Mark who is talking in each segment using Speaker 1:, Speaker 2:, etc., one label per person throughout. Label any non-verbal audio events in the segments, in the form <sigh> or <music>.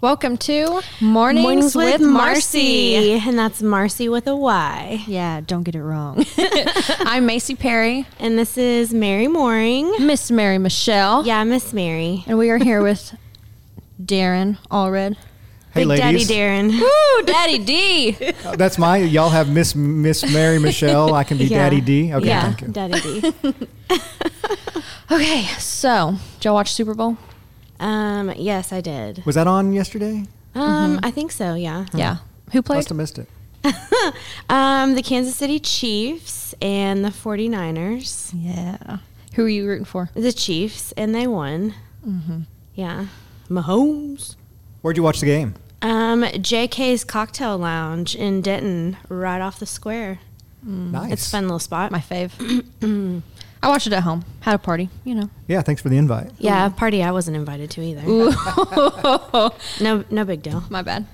Speaker 1: Welcome to Mornings, with, Marcy.
Speaker 2: And that's Marcy with a Y.
Speaker 1: Yeah, don't get it wrong. <laughs> I'm Macy Perry,
Speaker 2: And this is Mary Mooring.
Speaker 1: Miss Mary Michelle,
Speaker 2: Yeah, Miss Mary.
Speaker 1: and we are here with Darren Allred.
Speaker 2: Big Daddy
Speaker 3: <laughs>
Speaker 2: Darren.
Speaker 1: Woo, Daddy D.
Speaker 3: Uh, That's my. Y'all have Miss
Speaker 2: <laughs>
Speaker 3: Miss Mary Michelle. I can be
Speaker 2: Yeah.
Speaker 3: Daddy D. Okay,
Speaker 1: Yeah.
Speaker 3: thank you.
Speaker 2: Daddy
Speaker 3: <laughs>
Speaker 2: D.
Speaker 1: <laughs> Okay, so did y'all watch Super Bowl?
Speaker 2: um, yes, I did.
Speaker 3: Was that on yesterday?
Speaker 2: Um,
Speaker 1: Mm-hmm.
Speaker 2: I think so, yeah.
Speaker 1: Yeah. Who played?
Speaker 3: Must have missed it.
Speaker 2: Um, the Kansas City Chiefs and the 49ers.
Speaker 1: Yeah. Who are you rooting for?
Speaker 2: The Chiefs, and they won.
Speaker 1: Mm-hmm.
Speaker 2: Yeah. Mahomes.
Speaker 3: Where'd you watch the game?
Speaker 2: Um, JK's Cocktail Lounge in Denton, right off the square.
Speaker 3: Nice.
Speaker 2: Mm, It's a fun little spot.
Speaker 1: My fave. <clears throat> I watched it at home. Had a party, you know. <laughs>
Speaker 3: Yeah, thanks for the invite.
Speaker 2: yeah,
Speaker 1: Mm-hmm.
Speaker 2: a party I wasn't invited to either. No, no big deal.
Speaker 1: My bad.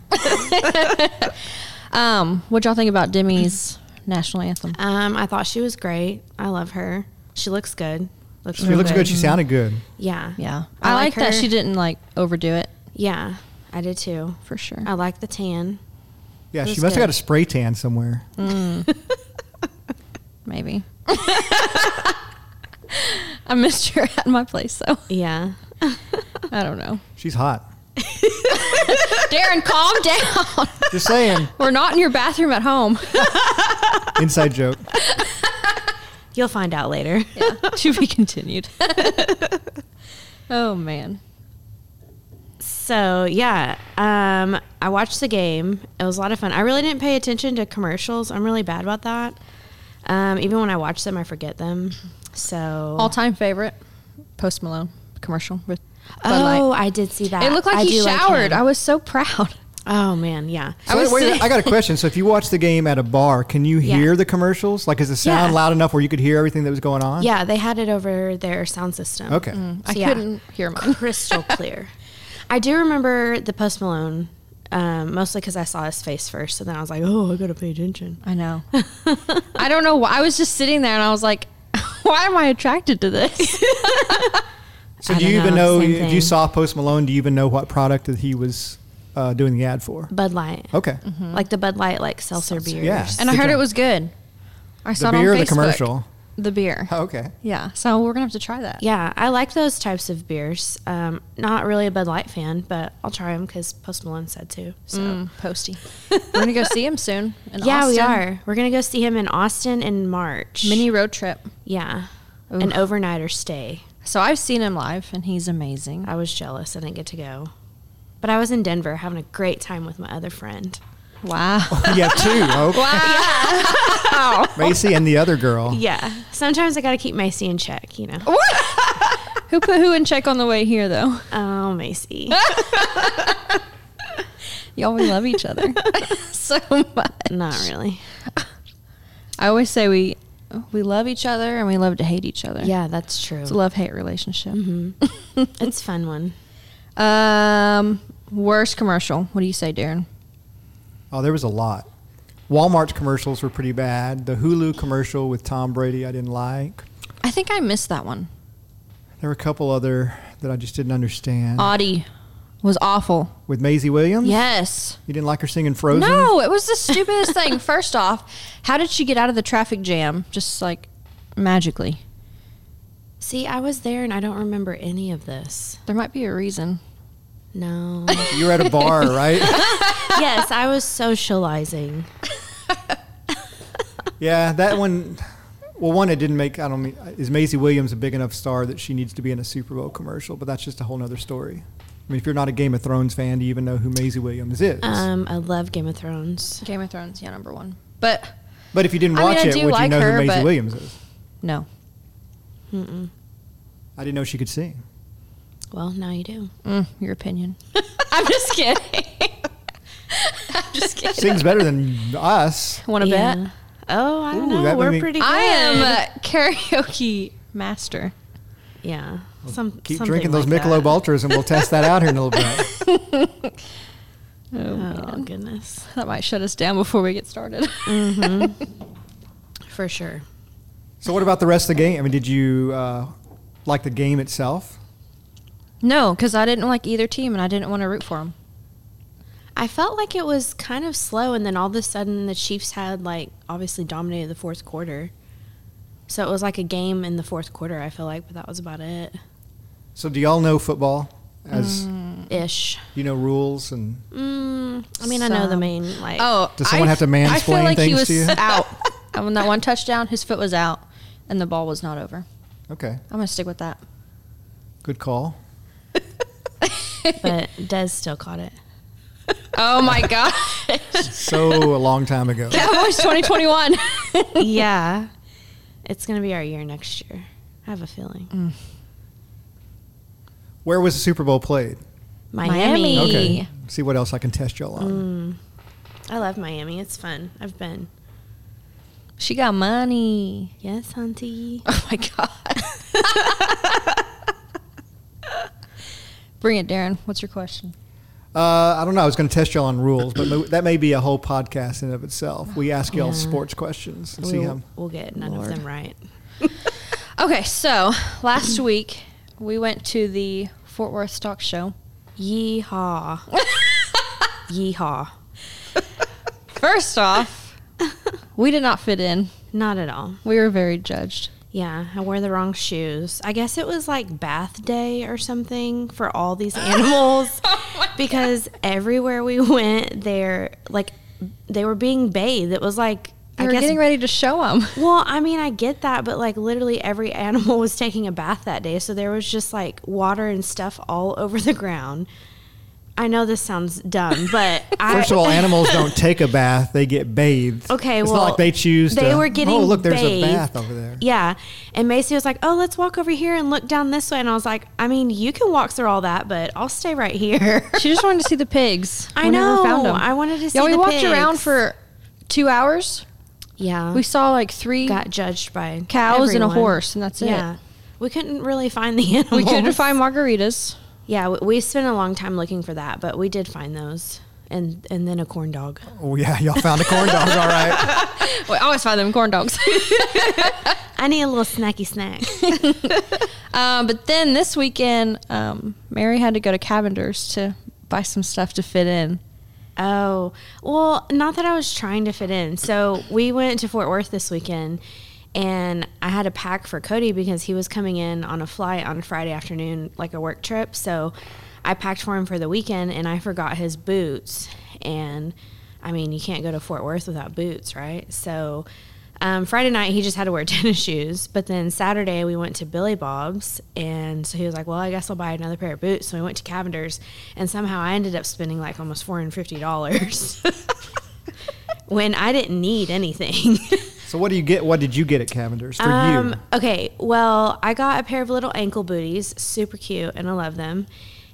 Speaker 1: <laughs> um, what y'all think about Demi's national anthem?
Speaker 2: Um, I thought she was great. I love her. She looks good. Looks
Speaker 3: She looks good. She sounded good.
Speaker 2: yeah.
Speaker 1: Yeah,
Speaker 2: I
Speaker 1: I,
Speaker 2: like
Speaker 1: like, that
Speaker 2: her.
Speaker 1: she didn't like overdo it
Speaker 2: Yeah. I did too.
Speaker 1: for sure.
Speaker 2: I like the tan.
Speaker 3: Yeah,
Speaker 2: was
Speaker 3: she must
Speaker 2: good.
Speaker 3: have got a spray tan somewhere.
Speaker 1: Maybe. <laughs> I missed her at my place, so
Speaker 2: Yeah.
Speaker 1: I don't know.
Speaker 3: She's hot.
Speaker 1: Darren, <laughs> calm down.
Speaker 3: Just
Speaker 2: <laughs>
Speaker 3: saying.
Speaker 1: We're not in your bathroom at home.
Speaker 3: Inside joke.
Speaker 2: You'll find out later. <laughs>
Speaker 1: <laughs> to be continued. <laughs> oh man.
Speaker 2: So yeah. Um, I watched the game. It was a lot of fun. I really didn't pay attention to commercials. I'm really bad about that. Um, even when I watch them, I forget them. So
Speaker 1: All time favorite. Post Malone commercial with Bud
Speaker 2: oh,
Speaker 1: Light.
Speaker 2: I did see that.
Speaker 1: It looked like
Speaker 2: I
Speaker 1: he
Speaker 2: do like
Speaker 1: showered.
Speaker 2: him.
Speaker 1: I was so proud.
Speaker 2: oh man, yeah.
Speaker 1: I was
Speaker 3: wait,
Speaker 1: saying-
Speaker 3: I got a question. So if you watch the game at a bar, can you
Speaker 2: Yeah.
Speaker 3: hear the commercials? Like, is the sound
Speaker 2: Yeah.
Speaker 3: loud enough where you could hear everything that was going on?
Speaker 2: Yeah, they had it over their sound system.
Speaker 3: Okay.
Speaker 1: Mm. I
Speaker 2: So, yeah.
Speaker 1: couldn't hear mine.
Speaker 2: crystal
Speaker 1: <laughs>
Speaker 2: clear. I do remember the Post Malone, um, mostly because I saw his face first, and then I was like, "Oh, I gotta pay attention."
Speaker 1: I know. <laughs> I don't know why. I was just sitting there and I was like, <laughs> why am I attracted to this?
Speaker 3: So
Speaker 2: I
Speaker 3: do you
Speaker 2: don't
Speaker 3: even
Speaker 2: know,
Speaker 3: know
Speaker 2: same
Speaker 3: if
Speaker 2: thing.
Speaker 3: you saw Post Malone? Do you even know what product that he was uh, doing the ad for?
Speaker 2: Bud Light,
Speaker 3: Okay.
Speaker 1: Mm-hmm.
Speaker 2: like the Bud Light, like seltzer beers.
Speaker 3: Yeah.
Speaker 1: And I
Speaker 3: Good
Speaker 1: heard
Speaker 3: job.
Speaker 1: it was good. I saw
Speaker 3: The
Speaker 1: it on
Speaker 3: beer or
Speaker 1: Facebook.
Speaker 3: the commercial?
Speaker 1: The beer.
Speaker 3: Okay.
Speaker 1: Yeah. So we're gonna have to try that.
Speaker 2: Yeah, I like those types of beers. Um, not really a Bud Light fan, but I'll try them because Post Malone said to. So
Speaker 1: <laughs> Posty. we're gonna go see him soon. In
Speaker 2: yeah, we
Speaker 1: Mm. Austin.
Speaker 2: are. We're gonna go see him in Austin in March.
Speaker 1: Mini road trip.
Speaker 2: yeah, an overnighter stay.
Speaker 1: So I've seen him live and he's amazing.
Speaker 2: I was jealous. I didn't get to go, but I was in Denver having a great time with my other friend.
Speaker 1: Wow.
Speaker 3: Yeah, two. Okay. <laughs> Macy and the other girl.
Speaker 2: Yeah. Sometimes I got to keep Macy in check, you
Speaker 1: <laughs>
Speaker 2: know.
Speaker 1: who put who in check on the way here though?
Speaker 2: Oh, Macy.
Speaker 1: Y'all we love each other <laughs> so much.
Speaker 2: Not
Speaker 3: <laughs>
Speaker 2: really.
Speaker 1: I always say we we love each other and we love to hate each other.
Speaker 2: Yeah, that's true.
Speaker 1: It's a love hate relationship.
Speaker 2: It's a fun one.
Speaker 1: Um worst commercial. What do you say, Darren?
Speaker 3: Oh, there was a lot. Walmart's commercials were pretty bad. The Hulu commercial with Tom Brady, I didn't like.
Speaker 1: I think I missed that one.
Speaker 3: There were a couple other that I just didn't understand.
Speaker 1: Audie was awful.
Speaker 3: with Maisie Williams,
Speaker 1: Yes.
Speaker 3: you didn't like her singing Frozen.
Speaker 1: No, it was the stupidest <laughs> thing. First off, how did she get out of the traffic jam just like magically?
Speaker 2: See, I was there and I don't remember any of this.
Speaker 1: There might be a reason.
Speaker 2: No. <laughs>
Speaker 3: You were at
Speaker 1: <laughs>
Speaker 3: a bar, right?
Speaker 2: yes, I was socializing.
Speaker 3: yeah, that one. Well, one, it didn't make. I don't mean. Is Maisie Williams a big enough star that she needs to be in a Super Bowl commercial? But that's just a whole nother story. I mean, if you're not a Game of Thrones fan, do you even know who Maisie Williams is?
Speaker 1: Uh,
Speaker 2: Um, I love Game of Thrones.
Speaker 1: Game of Thrones, yeah, number one. But
Speaker 3: but if you didn't
Speaker 1: I mean,
Speaker 3: watch
Speaker 1: I do
Speaker 3: it, would
Speaker 1: like
Speaker 3: you know
Speaker 1: her,
Speaker 3: who Maisie
Speaker 1: but-
Speaker 3: Williams is?
Speaker 1: no.
Speaker 3: I didn't know she could sing.
Speaker 2: Well, now you do.
Speaker 1: Mm, your opinion. <laughs> I'm just kidding. I'm just kidding.
Speaker 3: Sings better than us.
Speaker 1: Want to
Speaker 2: Yeah.
Speaker 1: bet?
Speaker 2: Oh, I don't
Speaker 3: Ooh,
Speaker 2: know.
Speaker 3: that
Speaker 2: We're
Speaker 3: made me-
Speaker 2: pretty good.
Speaker 1: I am a karaoke master.
Speaker 2: Yeah. Some,
Speaker 3: Keep
Speaker 2: something
Speaker 3: drinking those
Speaker 2: like that.
Speaker 3: Michelob Ultras, and we'll test that out here in a little
Speaker 2: <laughs>
Speaker 3: bit.
Speaker 1: Oh,
Speaker 2: Oh,
Speaker 1: man.
Speaker 2: goodness.
Speaker 1: That might shut us down before we get <laughs> started.
Speaker 2: For sure.
Speaker 3: So, what about the rest of the game? I mean, did you uh, like the game itself?
Speaker 1: no, because I didn't like either team and I didn't want to root for them.
Speaker 2: I felt like it was kind of slow, and then all of a sudden the Chiefs had like obviously dominated the fourth quarter. So it was like a game in the fourth quarter. I feel like, but that was about it,
Speaker 3: So do y'all know football as
Speaker 2: Mm. ish.
Speaker 3: you know rules and
Speaker 2: Mm, I mean, I know the
Speaker 1: Some.
Speaker 2: main like.
Speaker 1: Oh,
Speaker 3: Does someone
Speaker 1: I-
Speaker 3: have to
Speaker 1: I feel
Speaker 3: mansplain
Speaker 1: like
Speaker 3: things
Speaker 1: he was
Speaker 3: to you?
Speaker 1: <laughs> out on that one touchdown. His foot was out, and the ball was not over.
Speaker 3: okay,
Speaker 1: I'm gonna stick with that.
Speaker 3: good call.
Speaker 2: but Dez still caught it.
Speaker 1: <laughs> Oh
Speaker 2: <laughs>
Speaker 1: my god, <laughs>
Speaker 3: So a long time ago.
Speaker 1: Cowboys <laughs> 2021.
Speaker 2: yeah, it's gonna be our year next year. I have a feeling.
Speaker 1: Mm.
Speaker 3: Where was the Super Bowl played?
Speaker 2: Miami.
Speaker 1: Miami.
Speaker 3: Okay. See what else I can test y'all
Speaker 2: Mm.
Speaker 3: on.
Speaker 2: I love Miami. It's fun. I've been.
Speaker 1: she got money.
Speaker 2: Yes, hunty.
Speaker 1: Oh my god. Bring it, Darren. What's your question?
Speaker 3: Uh, I don't know. I was going to test y'all on rules, but mo- that may be a whole podcast in and of itself. We ask y'all
Speaker 2: Yeah.
Speaker 3: sports questions and see how.
Speaker 2: We'll, we'll get none
Speaker 1: Lord.
Speaker 2: of them right.
Speaker 1: Okay, so last week we went to the Fort Worth Stock Show. <laughs>
Speaker 2: Yeehaw. Yeehaw.
Speaker 1: First
Speaker 2: <laughs>
Speaker 1: off, we did not fit in.
Speaker 2: Not at all.
Speaker 1: We were very judged.
Speaker 2: Yeah, I wore the wrong shoes. I guess it was like bath day or something for all these animals because everywhere we went, they're like they were being bathed. It was like
Speaker 1: We
Speaker 2: I
Speaker 1: were
Speaker 2: guess
Speaker 1: getting ready to show them.
Speaker 2: Well, I mean, I get that, but like literally every <laughs> animal was taking a bath that day. So there was just like water and stuff all over the ground. I know this sounds dumb, but I.
Speaker 3: First
Speaker 2: <laughs>
Speaker 3: of all, animals don't take a bath; they get bathed.
Speaker 2: Okay,
Speaker 3: it's
Speaker 2: well,
Speaker 3: not like they choose.
Speaker 2: they
Speaker 3: to,
Speaker 2: were getting
Speaker 3: Oh, look, there's a
Speaker 2: bathed."
Speaker 3: bath over there.
Speaker 2: Yeah. And Macy was like, oh, let's walk over here and look down this way. And I was like, I mean, you can walk through all that, but I'll stay right here.
Speaker 1: <laughs>
Speaker 2: <laughs>
Speaker 1: She just wanted to see the pigs.
Speaker 2: I
Speaker 1: We never
Speaker 2: know.
Speaker 1: found 'em.
Speaker 2: I wanted to see
Speaker 1: Yeah, we
Speaker 2: the
Speaker 1: walked around
Speaker 2: pigs.
Speaker 1: for two hours.
Speaker 2: Yeah.
Speaker 1: We
Speaker 2: We
Speaker 1: saw like three
Speaker 2: got judged by
Speaker 1: cows and a
Speaker 2: everyone.
Speaker 1: horse, and that's it.
Speaker 2: Yeah. We couldn't really find the <laughs> animals.
Speaker 1: We couldn't find margaritas.
Speaker 2: Yeah, we, we spent a long time looking for that, but we did find those, and and then a corn dog.
Speaker 3: Oh yeah, y'all found a corn dog.
Speaker 2: <laughs>
Speaker 3: All right.
Speaker 1: We always find them corn dogs. <laughs>
Speaker 2: I need a little snacky snack.
Speaker 1: um, but then this weekend, um, Mary had to go to Cavender's to buy some stuff to fit in.
Speaker 2: oh, well, not that I was trying to fit in. So we went to Fort Worth this weekend, and I had a pack for Cody because he was coming in on a flight on Friday afternoon, like a work trip. So I packed for him for the weekend, and I forgot his boots. And I mean, you can't go to Fort Worth without boots, right? So Um, Friday night, he just had to wear <laughs> tennis shoes. But then Saturday, we went to Billy Bob's. And so he was like, Well, I guess I'll buy another pair of boots. So we went to Cavender's. And somehow I ended up spending like almost $450 <laughs> when I didn't need anything.
Speaker 3: So what do you get? What did you get at Cavender's for
Speaker 2: Um,
Speaker 3: you?
Speaker 2: Okay. Well, I got a pair of little ankle booties, super cute, and I love them.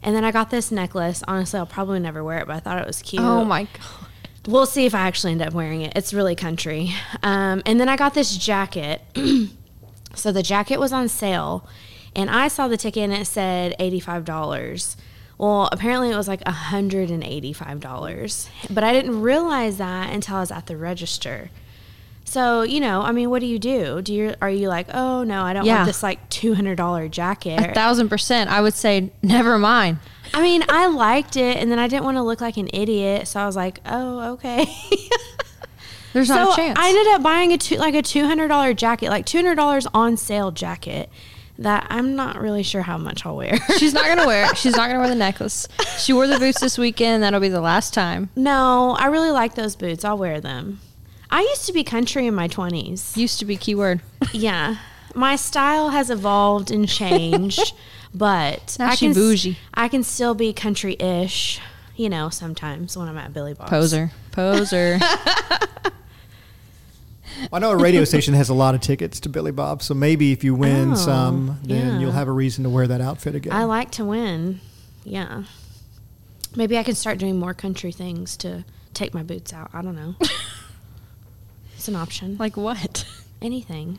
Speaker 2: And then I got this necklace. Honestly, I'll probably never wear it, but I thought it was cute.
Speaker 1: Oh my god!
Speaker 2: We'll see if I actually end up wearing it. It's really country. Um, and then I got this jacket. <clears throat> so the jacket was on sale, and I saw the ticket and it said eighty-five dollars. Well, apparently it was like hundred and eighty-five dollars, but I didn't realize that until I was at the register. So you know, I mean, what do you do? Do you are you like, oh no, I don't
Speaker 1: Yeah.
Speaker 2: want this like two hundred dollar jacket?
Speaker 1: A thousand percent. I would say never mind.
Speaker 2: I mean, I liked it, and then I didn't want to look like an idiot, so I was like, oh okay. <laughs>
Speaker 1: There's
Speaker 2: so
Speaker 1: not a chance.
Speaker 2: I ended up buying a two, like a two hundred dollar jacket, like two hundred dollars on sale jacket that I'm not really sure how much I'll
Speaker 1: <laughs>
Speaker 2: wear.
Speaker 1: She's not gonna wear it. She's not gonna wear the necklace. She wore the boots this weekend. That'll be the last time.
Speaker 2: no, I really like those boots. I'll wear them. I used to be country in my
Speaker 1: <laughs>
Speaker 2: twenties.
Speaker 1: Used to be keyword.
Speaker 2: Yeah, my style has evolved
Speaker 1: <laughs>
Speaker 2: and changed, but
Speaker 1: Now
Speaker 2: I
Speaker 1: she
Speaker 2: can s-
Speaker 1: bougie.
Speaker 2: I can still be country-ish. You know, sometimes when I'm at Billy
Speaker 1: <laughs>
Speaker 2: Bob's.
Speaker 1: Poser. Poser.
Speaker 3: I know a radio station has a lot of tickets to Billy Bob, so maybe if you win
Speaker 2: Oh,
Speaker 3: some, then
Speaker 2: yeah.
Speaker 3: you'll have a reason to wear that outfit again.
Speaker 2: I like to win. Yeah. Maybe I can start doing more country things to take my boots out. I don't know. it's an option.
Speaker 1: like
Speaker 2: Like
Speaker 1: <laughs> what?
Speaker 2: anything.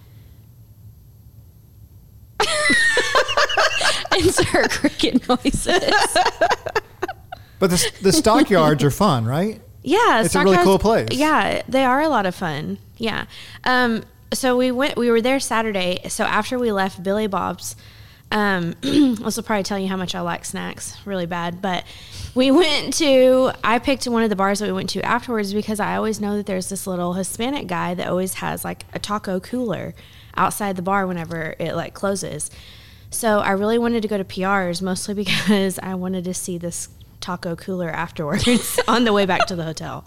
Speaker 1: Insert cricket noises.
Speaker 3: but the, the stockyards are fun, right?
Speaker 2: <laughs> Yeah,
Speaker 3: It's a really
Speaker 2: Stockhouse-
Speaker 3: cool place.
Speaker 2: Yeah, they are a lot of fun. Yeah. Um, so we went. We were there Saturday. So after we left <clears throat> Billy Bob's, um, this will probably tell you how much I like snacks really bad. But we went to, I picked one of the bars that we went to afterwards because I always know that there's this little Hispanic guy that always has like a taco cooler outside the bar whenever it like closes. So I really wanted to go to PR's mostly <laughs> because I wanted to see this taco cooler afterwards <laughs> on the way back to the hotel.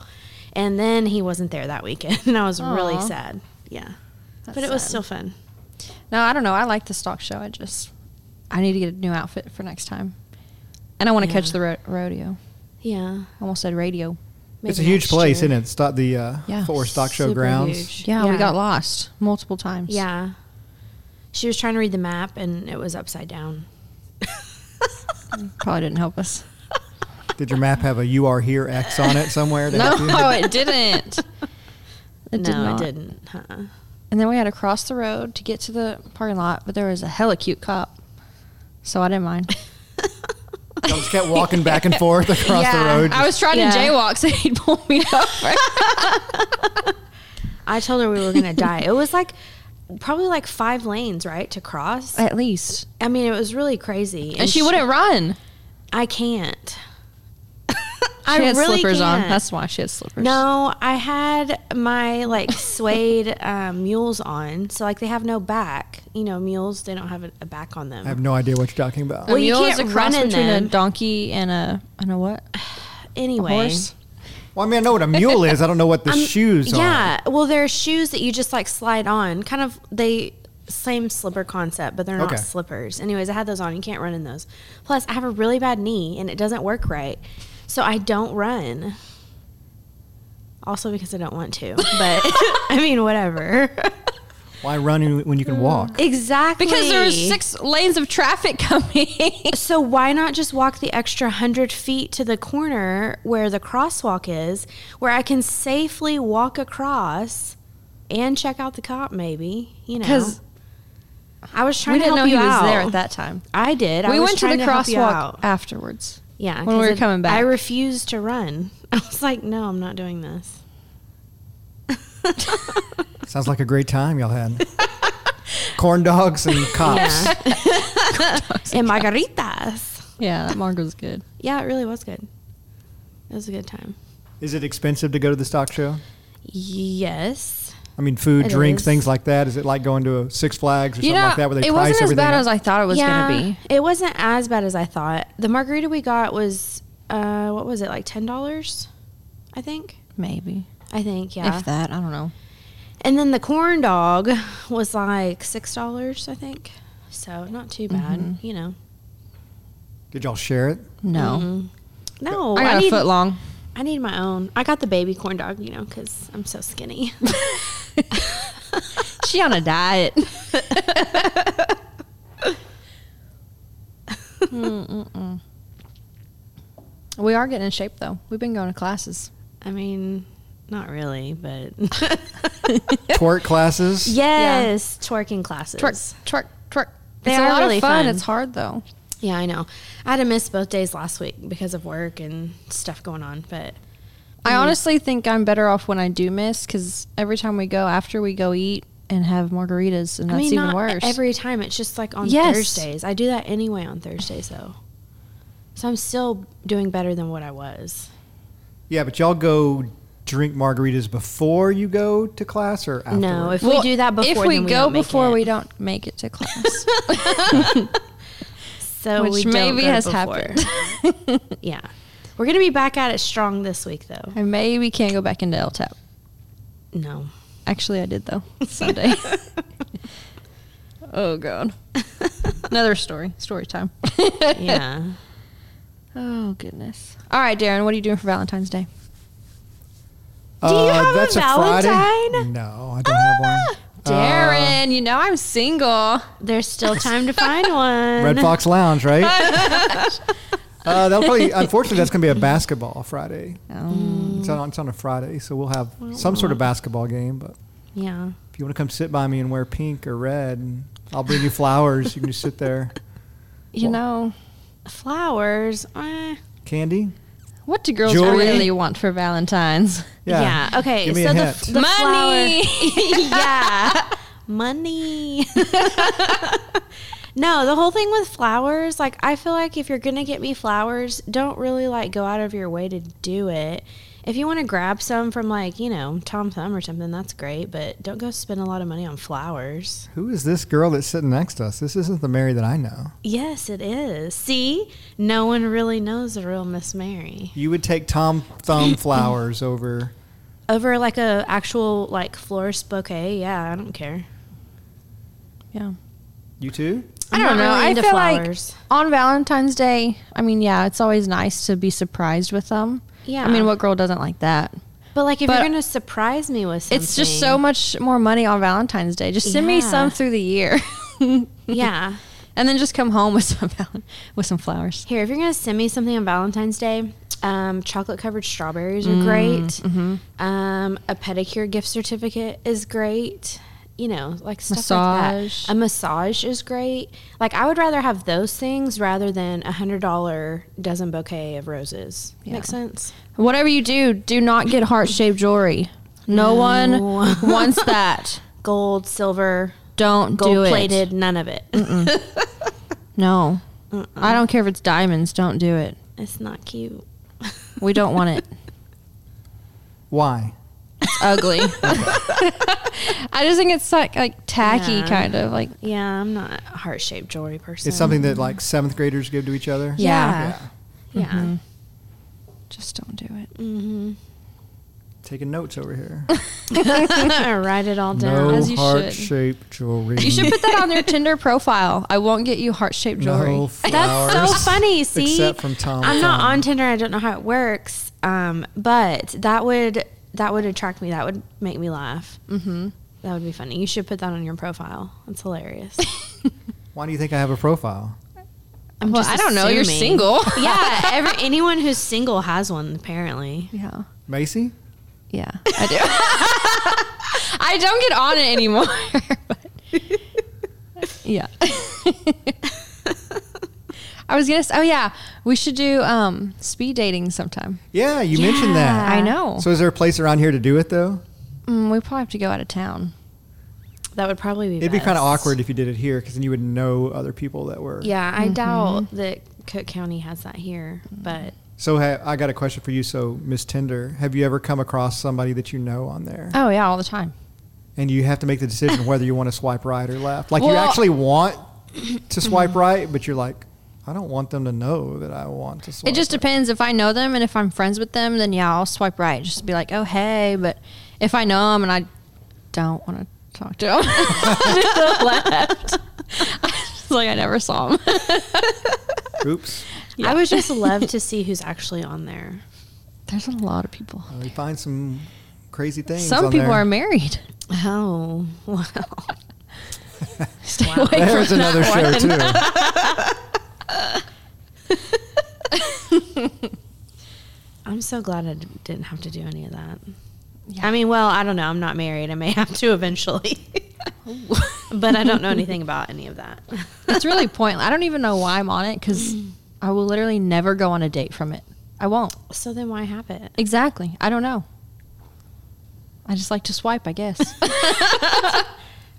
Speaker 2: And then he wasn't there that weekend <laughs> and I was really
Speaker 1: Aw.
Speaker 2: sad. Yeah.
Speaker 1: That's
Speaker 2: but it was
Speaker 1: sad.
Speaker 2: still fun.
Speaker 1: No, I don't know. I like the stock show. I just I need to get a new outfit for next time, and I want to catch
Speaker 2: Yeah.
Speaker 1: the ro- rodeo.
Speaker 2: Yeah.
Speaker 1: I almost said radio.
Speaker 3: it's a huge place,
Speaker 2: in
Speaker 3: isn't it? Stock, the uh,
Speaker 1: Yeah.
Speaker 3: Fort Worth Stock Show
Speaker 2: Super
Speaker 3: grounds.
Speaker 2: huge. <laughs>
Speaker 1: Yeah, we got lost multiple times.
Speaker 2: Yeah. She was trying to read the map and it was upside down.
Speaker 1: probably didn't help us.
Speaker 3: Did your map have a "You Are Here" X on it somewhere? to help you?
Speaker 1: No, <laughs> it
Speaker 2: <laughs>
Speaker 1: didn't. It
Speaker 2: no,
Speaker 1: did not.
Speaker 2: it didn't. Uh-uh.
Speaker 1: And then we had to cross the road to get to the parking lot, but there was a hella cute cop, so I didn't
Speaker 3: <laughs>
Speaker 1: mind.
Speaker 3: I just kept walking back and forth
Speaker 2: <laughs>
Speaker 3: across
Speaker 2: Yeah,
Speaker 3: the road.
Speaker 1: I was trying
Speaker 2: Yeah.
Speaker 1: to jaywalk, so <laughs> he'd pull me
Speaker 2: <laughs>
Speaker 1: over.
Speaker 2: I told her we were going to die. It was like probably like five lanes, right,
Speaker 1: <laughs>
Speaker 2: to cross.
Speaker 1: At least,
Speaker 2: I mean, it was really crazy.
Speaker 1: and she wouldn't run.
Speaker 2: I can't.
Speaker 1: She had slippers on.
Speaker 2: can't.
Speaker 1: That's why she had slippers.
Speaker 2: No, I had my like suede um, mules on. So, like, they have no back. You know, mules, they don't have a, a back on them.
Speaker 3: I have no idea what you're talking about.
Speaker 2: Well, you
Speaker 1: mule is
Speaker 2: can't
Speaker 1: a cross
Speaker 2: run in
Speaker 1: between a
Speaker 2: them.
Speaker 1: donkey and a and a what?
Speaker 2: anyway.
Speaker 1: Horse.
Speaker 3: Well, I mean, I know what a mule is. I don't
Speaker 2: <laughs>
Speaker 3: know what the
Speaker 2: Um,
Speaker 3: shoes are.
Speaker 2: Yeah. Well, there are shoes that you just like slide on. Kind of they same slipper concept, but they're
Speaker 3: Okay.
Speaker 2: not slippers. Anyways, I had those on. You can't run in those. Plus, I have a really bad knee and it doesn't work right, so I don't run. Also, because I don't want to. But <laughs> I mean, whatever.
Speaker 3: Why run when you can walk?
Speaker 2: exactly.
Speaker 1: Because there was six lanes of traffic <laughs> coming.
Speaker 2: So why not just walk the extra hundred feet to the corner where the crosswalk is, where I can safely walk across and check out the cop? Maybe you know.
Speaker 1: 'Cause
Speaker 2: I was
Speaker 1: we
Speaker 2: trying to
Speaker 1: didn't
Speaker 2: help
Speaker 1: know
Speaker 2: you
Speaker 1: he
Speaker 2: out.
Speaker 1: was there at that time.
Speaker 2: I did. I
Speaker 1: we
Speaker 2: was
Speaker 1: went to the
Speaker 2: trying help you
Speaker 1: crosswalk
Speaker 2: out.
Speaker 1: afterwards.
Speaker 2: Yeah,
Speaker 1: when we
Speaker 2: 'cause
Speaker 1: were
Speaker 2: it-
Speaker 1: coming back.
Speaker 2: I refused to run. <laughs> I was like, no, I'm not doing this.
Speaker 3: Sounds like a great time
Speaker 2: <laughs>
Speaker 3: y'all had. Corn dogs and cops.
Speaker 2: Yeah. and margaritas.
Speaker 1: Yeah, that marg was good.
Speaker 2: Yeah, it really was good. It was a good time.
Speaker 3: Is it expensive to go to the stock show?
Speaker 2: Yes.
Speaker 3: I mean, food,
Speaker 2: It
Speaker 3: drinks,
Speaker 2: is.
Speaker 3: things like that. Is it like going to a Six Flags or
Speaker 1: You
Speaker 3: something
Speaker 1: know,
Speaker 3: like that where they
Speaker 1: it
Speaker 3: price
Speaker 1: wasn't as
Speaker 3: everything?
Speaker 1: bad
Speaker 3: up?
Speaker 1: as I thought it was going to be.
Speaker 2: It wasn't as bad as I thought. The margarita we got was uh what was it, like ten dollars? I think.
Speaker 1: Maybe.
Speaker 2: I think, yeah.
Speaker 1: If that, I don't know.
Speaker 2: and then the corn dog <laughs> was like six dollars, I think. So not too bad, you know.
Speaker 3: Did y'all share it?
Speaker 1: Mm-hmm. No.
Speaker 2: Mm-hmm. No,
Speaker 1: I got a
Speaker 2: need,
Speaker 1: foot long.
Speaker 2: I need my own. I got the baby corn dog, you know, because I'm so skinny.
Speaker 1: <laughs>
Speaker 2: <laughs>
Speaker 1: She on a <laughs> diet.
Speaker 2: Hmm.
Speaker 1: Mm-mm-mm. we are getting in shape though. We've been going to classes.
Speaker 2: I mean, not really, but
Speaker 3: <laughs> Twerk classes?
Speaker 2: yes, twerking classes.
Speaker 1: Twerk, twerk, twerk.
Speaker 2: They
Speaker 1: it's a
Speaker 2: are
Speaker 1: lot
Speaker 2: really
Speaker 1: of fun.
Speaker 2: fun.
Speaker 1: It's hard though.
Speaker 2: Yeah, I know. I had to miss both days last week because of work and stuff going on, but Mm.
Speaker 1: I honestly think I'm better off when I do miss because every time we go after we go eat and have margaritas, and that's even
Speaker 2: not
Speaker 1: worse.
Speaker 2: Every time it's just like on
Speaker 1: Yes.
Speaker 2: Thursdays. I do that anyway on Thursdays though. So I'm still doing better than what I was.
Speaker 3: Yeah, but y'all go drink margaritas before you go to class or afterwards?
Speaker 2: No, if we do that before,
Speaker 1: if we
Speaker 2: then we
Speaker 1: go
Speaker 2: don't make
Speaker 1: before,
Speaker 2: it.
Speaker 1: we don't make it to
Speaker 2: <laughs>
Speaker 1: class,
Speaker 2: So we
Speaker 1: which
Speaker 2: don't
Speaker 1: maybe
Speaker 2: go
Speaker 1: has
Speaker 2: before.
Speaker 1: happened.
Speaker 2: <laughs> yeah, we're gonna be back at it strong this week though.
Speaker 1: I maybe can't go back into LTAP.
Speaker 2: <laughs> No,
Speaker 1: Actually, I did though Sunday.
Speaker 2: <laughs>
Speaker 1: <laughs> oh god, another story. Story time.
Speaker 2: yeah.
Speaker 1: Oh goodness. All right, Darren, what are you doing for Valentine's Day?
Speaker 3: Do
Speaker 2: you have a Valentine? Ah!
Speaker 3: No, I don't have one.
Speaker 1: Darren, you know I'm single.
Speaker 2: There's still time to find one.
Speaker 3: Red Fox
Speaker 2: <laughs>
Speaker 3: Lounge, right? uh, that'll probably, unfortunately, that's going to be a basketball Friday.
Speaker 2: Mm.
Speaker 3: It's, on, it's on a Friday, so we'll have some sort of basketball game. But
Speaker 2: Yeah.
Speaker 3: if you want to come sit by me and wear pink or red, and I'll bring you flowers. You can just sit there.
Speaker 1: You know
Speaker 2: Flowers. eh.
Speaker 3: Candy?
Speaker 1: what do girls
Speaker 3: Jewelry?
Speaker 1: really want for Valentine's?
Speaker 2: Yeah. Okay.
Speaker 3: Give me
Speaker 2: so
Speaker 3: a
Speaker 2: the,
Speaker 3: hint.
Speaker 2: f- the flower-
Speaker 1: Money.
Speaker 2: yeah. Money. <laughs> No, the whole thing with flowers, like I feel like if you're gonna get me flowers, don't really like go out of your way to do it. If you want to grab some from like you know Tom Thumb or something, that's great, but don't go spend a lot of money on flowers.
Speaker 3: Who is this girl that's sitting next to us? This isn't the Mary that I know.
Speaker 2: Yes, it is. See, no one really knows the real Miss Mary.
Speaker 3: You would take Tom
Speaker 2: <laughs>
Speaker 3: Thumb flowers over.
Speaker 2: Over like a actual like florist bouquet, yeah, I don't care.
Speaker 1: Yeah.
Speaker 3: You too?
Speaker 1: I
Speaker 2: I'm
Speaker 1: don't
Speaker 2: not
Speaker 1: know.
Speaker 2: really
Speaker 1: I
Speaker 2: into
Speaker 1: feel
Speaker 2: flowers.
Speaker 1: like <laughs> on Valentine's Day, I mean, yeah, it's always nice to be surprised with them.
Speaker 2: Yeah.
Speaker 1: I mean, what girl doesn't like that?
Speaker 2: But like if
Speaker 1: But-
Speaker 2: you're gonna surprise me with something,
Speaker 1: It's just so much more money on Valentine's Day. Just send me
Speaker 2: Yeah.
Speaker 1: some through the year. <laughs> and
Speaker 2: yeah.
Speaker 1: then just come home with some val- with some flowers.
Speaker 2: Here, if you're gonna send me something on Valentine's Day, um, chocolate covered strawberries are
Speaker 1: Mm,
Speaker 2: great.
Speaker 1: mm-hmm.
Speaker 2: Um, a pedicure gift certificate is great. You know, like stuff
Speaker 1: Massage.
Speaker 2: like that. A massage is great. Like I would rather have those things rather than a hundred dollar dozen bouquet of roses.
Speaker 1: Yeah.
Speaker 2: Makes sense.
Speaker 1: Whatever you do, do not get heart shaped jewelry. No one wants that.
Speaker 2: Gold, silver,
Speaker 1: Don't do
Speaker 2: gold
Speaker 1: it.
Speaker 2: plated, none of it.
Speaker 1: No. I don't care if it's diamonds. Don't do it.
Speaker 2: <laughs> it's not cute.
Speaker 1: We don't want it.
Speaker 3: Why?
Speaker 1: It's ugly. I just think it's like, like tacky,
Speaker 2: Yeah.
Speaker 1: kind of like.
Speaker 2: Yeah, I'm not a heart shaped jewelry person.
Speaker 3: It's something that like seventh graders give to each other.
Speaker 1: Yeah.
Speaker 3: Yeah.
Speaker 2: Yeah.
Speaker 3: Mm-hmm.
Speaker 2: <laughs>
Speaker 1: Just don't do it.
Speaker 3: Taking notes over here.
Speaker 2: Write it all down.
Speaker 1: as you
Speaker 3: No
Speaker 1: should.
Speaker 3: heart shaped jewelry.
Speaker 1: You
Speaker 3: <laughs>
Speaker 1: should put that <laughs> on your Tinder profile. I won't get you heart shaped jewelry.
Speaker 3: No
Speaker 2: That's
Speaker 3: flowers.
Speaker 2: so funny. See,
Speaker 3: Except from Tom.
Speaker 2: I'm not
Speaker 3: Thumb.
Speaker 2: on Tinder. I don't know how it works. Um, but that would that would attract me. That would make me laugh. Mm-hmm. That would be funny. You should put that on your profile. That's <laughs> hilarious.
Speaker 3: Why do you think I have a profile?
Speaker 2: I'm
Speaker 1: well,
Speaker 2: just
Speaker 1: I don't know. You're
Speaker 2: assuming.
Speaker 1: single.
Speaker 2: <laughs>
Speaker 1: <laughs>
Speaker 2: yeah, every, anyone who's single has one apparently.
Speaker 1: Yeah.
Speaker 3: Macy?
Speaker 1: Yeah. I do. <laughs> I don't get on it anymore. <laughs> But yeah. <laughs> I was gonna. Say, oh yeah, we should do um, speed dating sometime.
Speaker 3: Yeah, you mentioned that.
Speaker 1: I know.
Speaker 3: So is there a place around here to do it though?
Speaker 1: Mm, we probably have to go out of town.
Speaker 2: That would probably be.
Speaker 3: It'd be kind
Speaker 2: best.
Speaker 3: of awkward if you did it here because then you would know other people that were.
Speaker 2: Yeah, I doubt that Cook County has that here, but
Speaker 3: So ha- I got a question for you. So Miss Tinder, have you ever come across somebody that you know on there,
Speaker 1: Oh yeah, all the time.
Speaker 3: and you have to make the decision whether you want to swipe right or left? Like you
Speaker 1: Well-
Speaker 3: actually want
Speaker 1: <clears throat>
Speaker 3: to swipe right, but you're like, I don't want them to know that I want to swipe.
Speaker 1: It just
Speaker 3: right.
Speaker 1: depends if I know them and if I'm friends with them, then yeah, I'll swipe right. Just be like, oh hey. But if I know them and I don't want to talk to them, <laughs> I left. I just, like I never saw them.
Speaker 3: Oops.
Speaker 2: I would just love to see who's actually on there.
Speaker 1: There's a lot of people.
Speaker 3: We find some crazy things.
Speaker 1: Some
Speaker 3: on
Speaker 1: people
Speaker 3: <laughs> there.
Speaker 1: are <laughs> married.
Speaker 2: Oh wow.
Speaker 1: Stay away
Speaker 3: There's
Speaker 1: from
Speaker 3: another
Speaker 1: that
Speaker 3: show
Speaker 1: one.
Speaker 3: too.
Speaker 2: I'm so glad I d- didn't have to do any of that.
Speaker 1: Yeah.
Speaker 2: I mean, well, I don't know. I'm not married. I may <laughs> have to
Speaker 1: <laughs>
Speaker 2: eventually. but I don't know anything about any of that.
Speaker 1: It's really pointless. I don't even know why I'm on it <clears throat> because I will literally never go on a date from it. I won't.
Speaker 2: <laughs> So then why have it?
Speaker 1: Exactly. I don't know. I just like to swipe, I guess.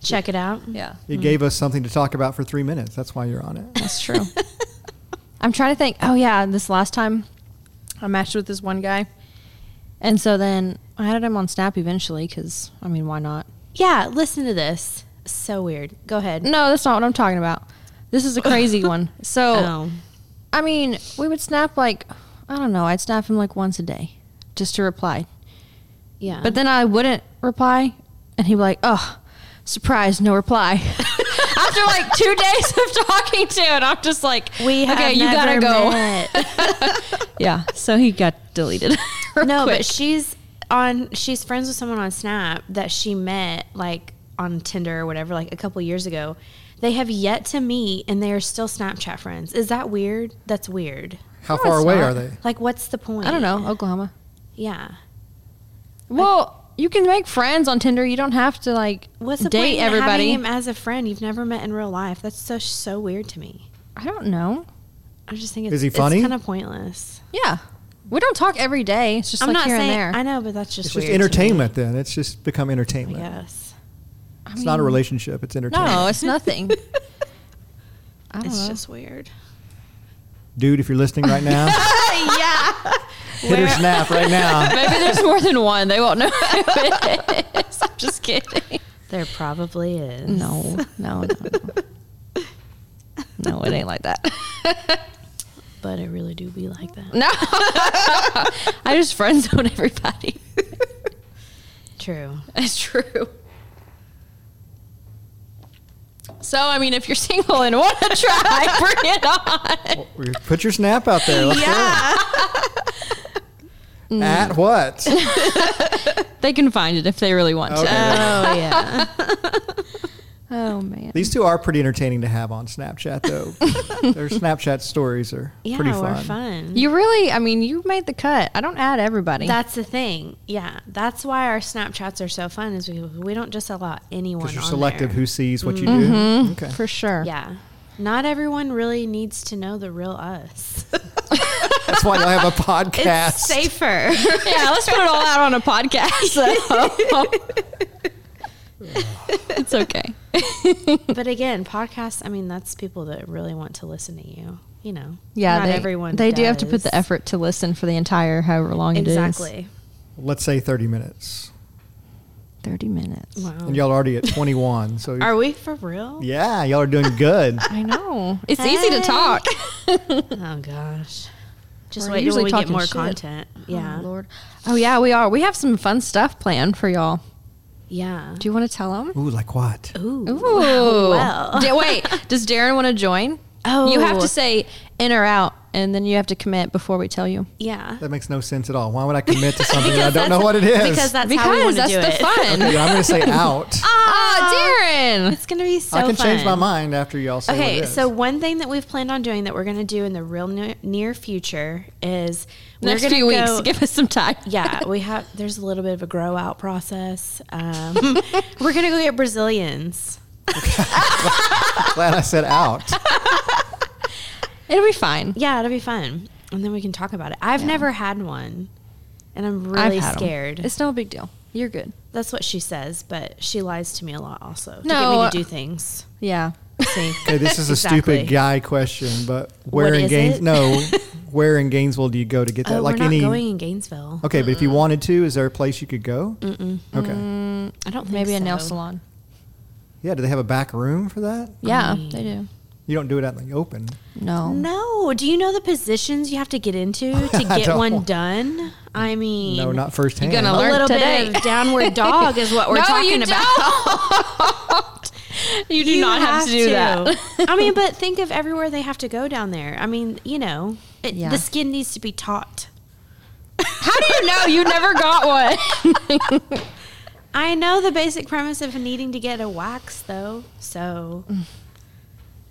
Speaker 2: Check it out.
Speaker 1: <laughs> yeah,
Speaker 3: You gave us something to talk about for three minutes. That's why you're
Speaker 1: <laughs>
Speaker 3: on it.
Speaker 1: that's true. I'm trying to think. Oh yeah, this last time I matched with this one guy, and so then I added him on Snap eventually because I mean, why not?
Speaker 2: Yeah, listen to this. So weird. Go ahead.
Speaker 1: No, that's not what I'm talking about. This is a
Speaker 2: <laughs>
Speaker 1: crazy one. So.
Speaker 2: Oh.
Speaker 1: I mean, we would snap like I don't know. I'd snap him like once a day, just to reply.
Speaker 2: Yeah.
Speaker 1: But then I wouldn't reply, and he'd be like, "Oh, surprise, no reply." <laughs> After like two days of talking to, and I'm just like,
Speaker 2: we have
Speaker 1: okay, you gotta
Speaker 2: never
Speaker 1: go."
Speaker 2: met.
Speaker 1: <laughs> Yeah, so he got deleted. <laughs> real
Speaker 2: no,
Speaker 1: quick.
Speaker 2: but she's on she's friends with someone on Snap that she met like on Tinder or whatever like a couple years ago. They have yet to meet and they are still Snapchat friends. Is that weird? That's weird.
Speaker 3: How
Speaker 1: No,
Speaker 3: far
Speaker 1: it's
Speaker 3: away
Speaker 1: not.
Speaker 3: are they?
Speaker 2: Like what's the point?
Speaker 1: I don't know Oh. Oklahoma.
Speaker 2: Yeah.
Speaker 1: Well, you can make friends on Tinder. You don't have to like
Speaker 2: What's the
Speaker 1: date
Speaker 2: point in
Speaker 1: everybody.
Speaker 2: having him as a friend you've never met in real life? That's so so weird to me.
Speaker 1: I don't know.
Speaker 2: I just think it's,
Speaker 3: Is he funny?
Speaker 2: it's kind of pointless.
Speaker 1: Yeah, we don't talk every day. It's just
Speaker 2: I'm
Speaker 1: like
Speaker 2: not
Speaker 1: here
Speaker 2: saying
Speaker 1: <laughs> and there.
Speaker 2: I know, but that's just
Speaker 3: It's
Speaker 2: weird
Speaker 3: just
Speaker 2: to me,
Speaker 3: entertainment then. It's just become
Speaker 2: I
Speaker 3: entertainment.
Speaker 2: guess.
Speaker 1: I
Speaker 3: It's not a
Speaker 1: mean-
Speaker 2: <laughs>
Speaker 3: relationship. It's entertainment.
Speaker 1: No, it's nothing. I don't
Speaker 2: it's
Speaker 1: know.
Speaker 2: just weird.
Speaker 3: Dude, if you're listening right now,
Speaker 2: yeah.
Speaker 3: hit or snap right now.
Speaker 1: <laughs> Maybe there's more than one. They won't know who <laughs> it is. I'm just kidding.
Speaker 2: There probably is.
Speaker 1: No, no, no, no. No, it ain't like that.
Speaker 2: But it really do be like that.
Speaker 1: No. I just friend zone everybody.
Speaker 2: True.
Speaker 1: <laughs> That's true. So, I mean, if you're single and want <laughs> to try, bring it on.
Speaker 3: Put your snap out there. Let's
Speaker 2: Yeah.
Speaker 3: go. <laughs> At what?
Speaker 1: They can find it if they really want
Speaker 3: Okay.
Speaker 1: to.
Speaker 2: <laughs> Oh yeah.
Speaker 1: Oh, man.
Speaker 3: These two are pretty entertaining to have on Snapchat, though. Their Snapchat stories are
Speaker 2: Yeah,
Speaker 3: pretty
Speaker 2: we're
Speaker 3: fun.
Speaker 2: fun.
Speaker 1: You really, I mean, you made the cut. I don't add everybody.
Speaker 2: That's the thing. Yeah. That's why our Snapchats are so fun is we we don't just allow anyone.
Speaker 3: Because you're
Speaker 2: on
Speaker 3: selective
Speaker 2: there. Mm-hmm.
Speaker 3: who sees what you do. Okay.
Speaker 1: for sure.
Speaker 2: Yeah. Not everyone really needs to know the real us.
Speaker 3: That's why you'll have a podcast.
Speaker 2: <laughs> It's
Speaker 1: <laughs>
Speaker 2: safer.
Speaker 1: yeah, let's put it all out on a podcast. <laughs> it's okay. <laughs>
Speaker 2: <laughs> but again, podcasts, I mean, that's people that really want to listen to you. You know.
Speaker 1: Yeah,
Speaker 2: Not
Speaker 1: they,
Speaker 2: everyone
Speaker 1: They do have to
Speaker 2: does.
Speaker 1: put the effort to listen for the entire however long it is.
Speaker 2: Exactly.
Speaker 3: Let's say 30 minutes.
Speaker 1: Thirty minutes.
Speaker 2: Wow.
Speaker 3: And y'all are already at 21. So,
Speaker 2: Oh. Are we for real?
Speaker 1: <laughs>
Speaker 3: yeah, y'all are doing
Speaker 2: <laughs>
Speaker 3: good.
Speaker 1: I know. It's easy to
Speaker 2: Hey.
Speaker 1: talk.
Speaker 2: Oh gosh. Just
Speaker 1: We're
Speaker 2: wait till
Speaker 1: usually
Speaker 2: we get
Speaker 1: talking
Speaker 2: more
Speaker 1: shit.
Speaker 2: content. Yeah.
Speaker 1: Oh, Lord. Oh yeah, we are. We have some fun stuff planned for y'all.
Speaker 2: Yeah.
Speaker 1: Do you want to tell them?
Speaker 3: Ooh, like what?
Speaker 2: Ooh.
Speaker 1: Ooh.
Speaker 2: Well.
Speaker 1: Da- wait, does Darren want to join?
Speaker 2: Oh.
Speaker 1: You have to say in or out, and then you have to commit before we tell you.
Speaker 2: Yeah.
Speaker 3: That makes no sense at all. Why would I commit to something that I
Speaker 2: Because
Speaker 3: don't know
Speaker 2: that's-
Speaker 3: what it is?
Speaker 2: Because that's
Speaker 1: because
Speaker 2: how we want to
Speaker 1: that's
Speaker 2: do
Speaker 1: the
Speaker 2: it.
Speaker 1: fun.
Speaker 2: <laughs>
Speaker 3: Okay, I'm going to say out.
Speaker 1: Ah, Darren.
Speaker 2: It's gonna be so
Speaker 3: I can
Speaker 2: fun.
Speaker 3: change my mind after y'all say what it
Speaker 2: Okay,
Speaker 3: is.
Speaker 2: so one thing that we've planned on doing that we're going to do in the real near, near future is we're
Speaker 1: Next
Speaker 2: gonna
Speaker 1: few weeks, <laughs>
Speaker 2: go-
Speaker 1: give us some time.
Speaker 2: yeah, we have. There's a little bit of a grow out process. Um, <laughs> we're gonna go get Brazilians.
Speaker 3: <laughs> glad I said out.
Speaker 1: it'll be fine.
Speaker 2: Yeah, it'll be fun, and then we can talk about it. I've never had one, and I'm
Speaker 1: I've
Speaker 2: really
Speaker 1: had 'em.
Speaker 2: scared.
Speaker 1: It's no big deal. You're good.
Speaker 2: That's what she says, but she lies to me a lot also. to
Speaker 1: No,
Speaker 2: get me
Speaker 1: uh,
Speaker 2: to do
Speaker 3: <laughs>
Speaker 2: things.
Speaker 1: Yeah.
Speaker 2: See,
Speaker 3: Okay, this is a
Speaker 2: Exactly.
Speaker 3: stupid guy question, but where
Speaker 2: What
Speaker 3: in
Speaker 2: is
Speaker 3: Gaines?
Speaker 2: it? <laughs>
Speaker 3: No, where in Gainesville do you go to get that?
Speaker 2: oh,
Speaker 3: like
Speaker 2: we're not
Speaker 3: any?
Speaker 2: going in Gainesville.
Speaker 3: Okay, but if you wanted to, is there a place you could go? Okay,
Speaker 2: I don't think
Speaker 1: Maybe a nail
Speaker 2: so.
Speaker 1: salon.
Speaker 3: yeah. Do they have a back room for that?
Speaker 1: Yeah, they do.
Speaker 3: You don't do it out in the open.
Speaker 1: No.
Speaker 2: No. Do you know the positions you have to get
Speaker 3: <laughs>
Speaker 2: into to
Speaker 3: I
Speaker 2: get
Speaker 3: don't.
Speaker 2: one done? I mean,
Speaker 3: No, not firsthand.
Speaker 1: gonna
Speaker 2: a
Speaker 1: learn
Speaker 2: little
Speaker 1: today.
Speaker 2: bit of
Speaker 1: <laughs>
Speaker 2: downward dog is what we're
Speaker 1: No,
Speaker 2: talking
Speaker 1: you
Speaker 2: about.
Speaker 1: <laughs>
Speaker 2: <laughs>
Speaker 1: You do not have, to do that.
Speaker 2: <laughs>
Speaker 1: <laughs>
Speaker 2: I mean, but think of everywhere they have to go down there. I mean, you know, it,
Speaker 1: Yeah.
Speaker 2: the skin needs to be taut.
Speaker 1: How do you know? You never
Speaker 2: <laughs>
Speaker 1: got one.
Speaker 2: I know the basic premise of needing to get a wax, though. So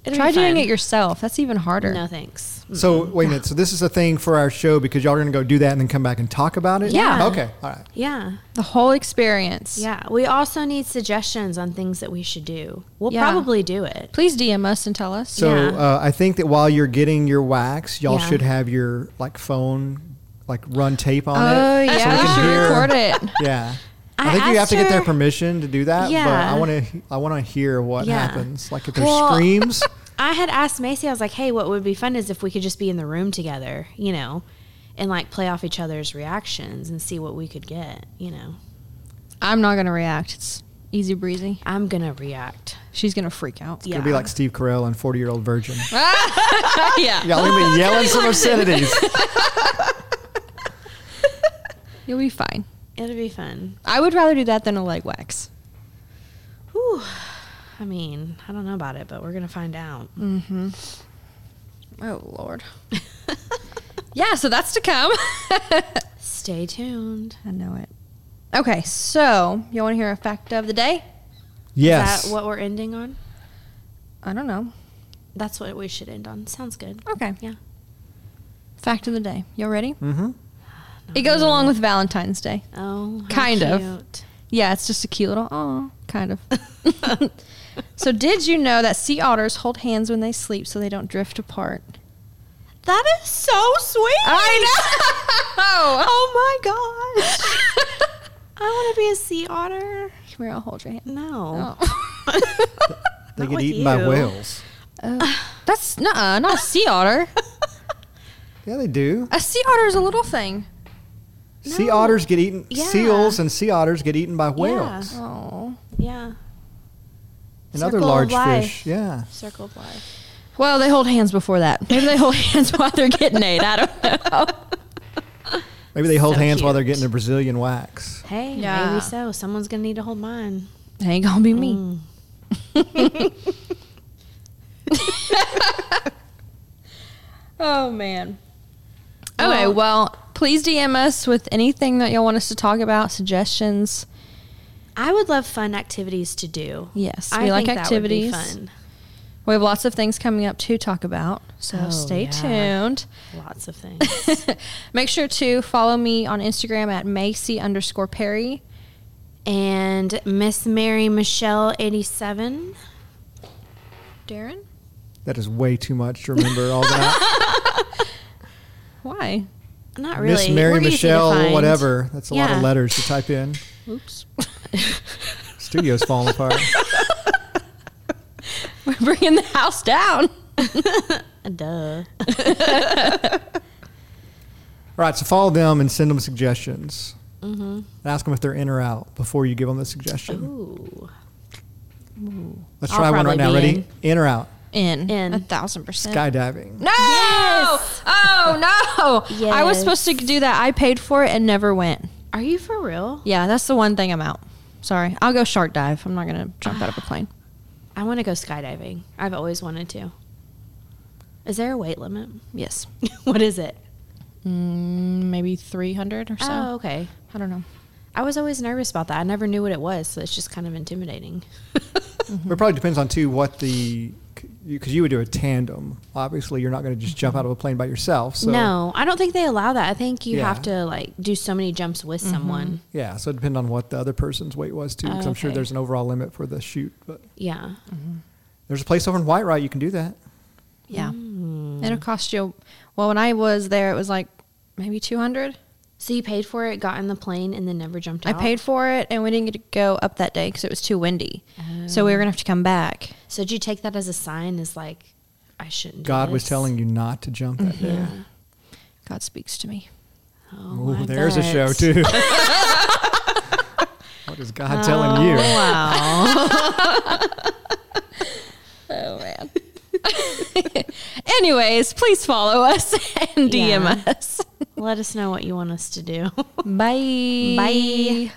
Speaker 2: it'll
Speaker 1: Try
Speaker 2: be
Speaker 1: doing
Speaker 2: fun.
Speaker 1: it yourself. That's even harder.
Speaker 2: No thanks.
Speaker 3: So wait a minute. So this is a thing for our show because y'all are gonna go do that and then come back and talk about it.
Speaker 1: Yeah.
Speaker 3: Okay. All right.
Speaker 2: Yeah,
Speaker 1: The whole experience.
Speaker 2: yeah. We also need suggestions on things that we should do. We'll
Speaker 1: Yeah.
Speaker 2: probably do it.
Speaker 1: Please DM us and tell us.
Speaker 3: So
Speaker 2: Yeah.
Speaker 3: uh, I think that while you're getting your wax, y'all
Speaker 2: Yeah.
Speaker 3: should have your like phone like run tape on
Speaker 1: oh
Speaker 3: it. so we
Speaker 1: yeah,
Speaker 3: can
Speaker 1: we should
Speaker 3: hear-
Speaker 1: record it.
Speaker 3: Yeah.
Speaker 2: Oh, I
Speaker 3: I think you have
Speaker 2: asked
Speaker 3: to get their
Speaker 2: her-
Speaker 3: permission to do that.
Speaker 2: Yeah.
Speaker 3: But I want to. I want to hear what
Speaker 2: Yeah.
Speaker 3: happens. Like if there's
Speaker 2: Well- <laughs>
Speaker 3: screams.
Speaker 2: I had asked Macy, I was like, hey, what would be fun is if we could just be in the room together, you know, and like play off each other's reactions and see what we could get, you know.
Speaker 1: I'm not gonna react. It's easy breezy.
Speaker 2: I'm going to react.
Speaker 1: She's gonna freak out.
Speaker 2: Yeah.
Speaker 3: It'll be like Steve Carell and Forty Year Old
Speaker 2: <laughs>
Speaker 3: Virgin.
Speaker 1: yeah.
Speaker 3: <laughs> Y'all gonna be yelling some obscenities.
Speaker 1: You'll be fine.
Speaker 2: It'll be fun.
Speaker 1: I would rather do that than a leg wax.
Speaker 2: Whew. I mean, I don't know about it, but we're going to find out.
Speaker 1: Oh lord. <laughs> yeah, so that's to come.
Speaker 2: <laughs> Stay tuned.
Speaker 1: I know it. Okay, so you want to hear a fact of the day?
Speaker 3: Yes.
Speaker 2: Is that what we're ending on?
Speaker 1: I don't know.
Speaker 2: That's what we should end on. Sounds good.
Speaker 1: Okay.
Speaker 2: Yeah.
Speaker 1: Fact of the day. Y'all ready?
Speaker 3: mm-hmm.
Speaker 1: It goes along with Valentine's Day.
Speaker 2: Oh, how
Speaker 1: Kind of.
Speaker 2: cute.
Speaker 1: Yeah, it's just a cute little oh, kind
Speaker 2: <laughs>
Speaker 1: of. so, did you know that sea otters hold hands when they sleep so they don't drift apart?
Speaker 2: That is so sweet.
Speaker 1: I
Speaker 2: <laughs>
Speaker 1: know.
Speaker 2: Oh my
Speaker 1: <laughs>
Speaker 2: gosh. I want to be a sea otter.
Speaker 1: Come here, I'll hold your hand.
Speaker 2: No.
Speaker 1: Oh.
Speaker 3: They
Speaker 1: <laughs>
Speaker 2: Not
Speaker 3: get
Speaker 2: with
Speaker 3: eaten by
Speaker 2: you.
Speaker 3: whales.
Speaker 1: Oh. That's nuh-uh, not <laughs> a sea otter.
Speaker 3: Yeah, they do.
Speaker 1: A sea otter is a little thing.
Speaker 3: Sea otters get eaten.
Speaker 2: Yeah.
Speaker 3: Seals and sea otters get eaten by whales
Speaker 1: Oh.
Speaker 2: <laughs> Yeah.
Speaker 3: and other
Speaker 2: Circle of
Speaker 3: large
Speaker 2: life.
Speaker 3: fish. Yeah.
Speaker 2: Circle of life.
Speaker 1: Well, they hold hands before that. Maybe they hold hands while they're getting
Speaker 2: <laughs>
Speaker 1: ate. I don't know.
Speaker 3: Maybe they hold
Speaker 2: So
Speaker 3: hands while
Speaker 2: cute.
Speaker 3: they're getting a Brazilian wax.
Speaker 2: Hey,
Speaker 1: Yeah.
Speaker 2: maybe so. Someone's gonna need to hold mine.
Speaker 1: It ain't gonna be me.
Speaker 2: Mm. <laughs>
Speaker 1: oh man. Okay,
Speaker 2: Well-
Speaker 1: well, please DM us with anything that y'all want us to talk about, suggestions.
Speaker 2: I would love fun activities to do.
Speaker 1: Yes,
Speaker 2: I
Speaker 1: we like
Speaker 2: think that would be
Speaker 1: activities.
Speaker 2: fun.
Speaker 1: We have lots of things coming up to talk about, so
Speaker 2: Oh,
Speaker 1: stay
Speaker 2: yeah.
Speaker 1: tuned.
Speaker 2: Lots of things. <laughs>
Speaker 1: Make sure to follow me on Instagram at Macy underscore Perry.
Speaker 2: and Miss Mary Michelle eighty seven.
Speaker 1: Darren,
Speaker 3: That is way too much to remember
Speaker 2: <laughs>
Speaker 3: all that.
Speaker 1: why? <laughs>
Speaker 2: Not really.
Speaker 3: Miss Mary
Speaker 2: What do you think it
Speaker 3: Michelle,
Speaker 2: finds?
Speaker 3: whatever. That's a lot
Speaker 2: Yeah.
Speaker 3: of letters to type in.
Speaker 1: Oops.
Speaker 3: <laughs> Studio's falling apart.
Speaker 1: We're bringing the house down.
Speaker 2: Duh.
Speaker 3: All right, so follow them and send them suggestions.
Speaker 2: Mm-hmm.
Speaker 3: And ask them if they're in or out before you give them the suggestion.
Speaker 2: Ooh.
Speaker 3: Let's
Speaker 2: I'll
Speaker 3: try one right
Speaker 2: probably
Speaker 3: now.
Speaker 2: be Uh,
Speaker 3: Ready? In, or out?
Speaker 1: In.
Speaker 2: In.
Speaker 1: A thousand percent.
Speaker 3: Skydiving.
Speaker 1: No! Oh no! I was
Speaker 2: Yes.
Speaker 1: supposed to do that. I paid for it and never went.
Speaker 2: Are you for real?
Speaker 1: Yeah, that's the one thing I'm out. Sorry. I'll go shark dive. I'm not gonna jump <sighs> out of a plane.
Speaker 2: I want to go skydiving. I've always wanted to. Is there a weight limit?
Speaker 1: Yes.
Speaker 2: <laughs> what is it?
Speaker 1: Mm, maybe 300 or so.
Speaker 2: Oh, okay.
Speaker 1: I don't know.
Speaker 2: I was always nervous about that. I never knew what it was, so it's just kind of intimidating.
Speaker 3: But it probably depends on too what the because you would do a tandem. Obviously, you're not going to just jump out of a plane by yourself. So
Speaker 2: no, I don't think they allow that. I think you
Speaker 3: Yeah. Mm-hmm.
Speaker 2: have to like do so many jumps with someone.
Speaker 3: Yeah, so it depends on what the other person's weight was too. Because I'm sure
Speaker 2: Okay.
Speaker 3: there's an overall limit for the shoot. But
Speaker 2: Yeah.
Speaker 3: there's a place over in White Rock you can do that.
Speaker 1: Yeah. Mm. It'll cost you. Well, when I was there, it was like maybe 200.
Speaker 2: So you paid for it, got in the plane, and then never jumped
Speaker 1: I
Speaker 2: out.
Speaker 1: paid for it and we didn't get to go up that day because it was too windy. So we were going to have to come back.
Speaker 2: So did you take that as a sign? As like, I shouldn't. do
Speaker 3: God was
Speaker 2: this?
Speaker 3: telling you not to jump that day.
Speaker 1: God speaks to me.
Speaker 2: Mm-hmm. Oh,
Speaker 3: Oh,
Speaker 2: I
Speaker 3: there's a
Speaker 2: bet.
Speaker 3: show
Speaker 2: <laughs>
Speaker 3: too. what is God telling you?
Speaker 1: Oh, man. Anyways, please follow us <laughs> and DM
Speaker 2: Yeah.
Speaker 1: us.
Speaker 2: <laughs> Let us know what you want us to do.
Speaker 1: Bye.
Speaker 2: Bye.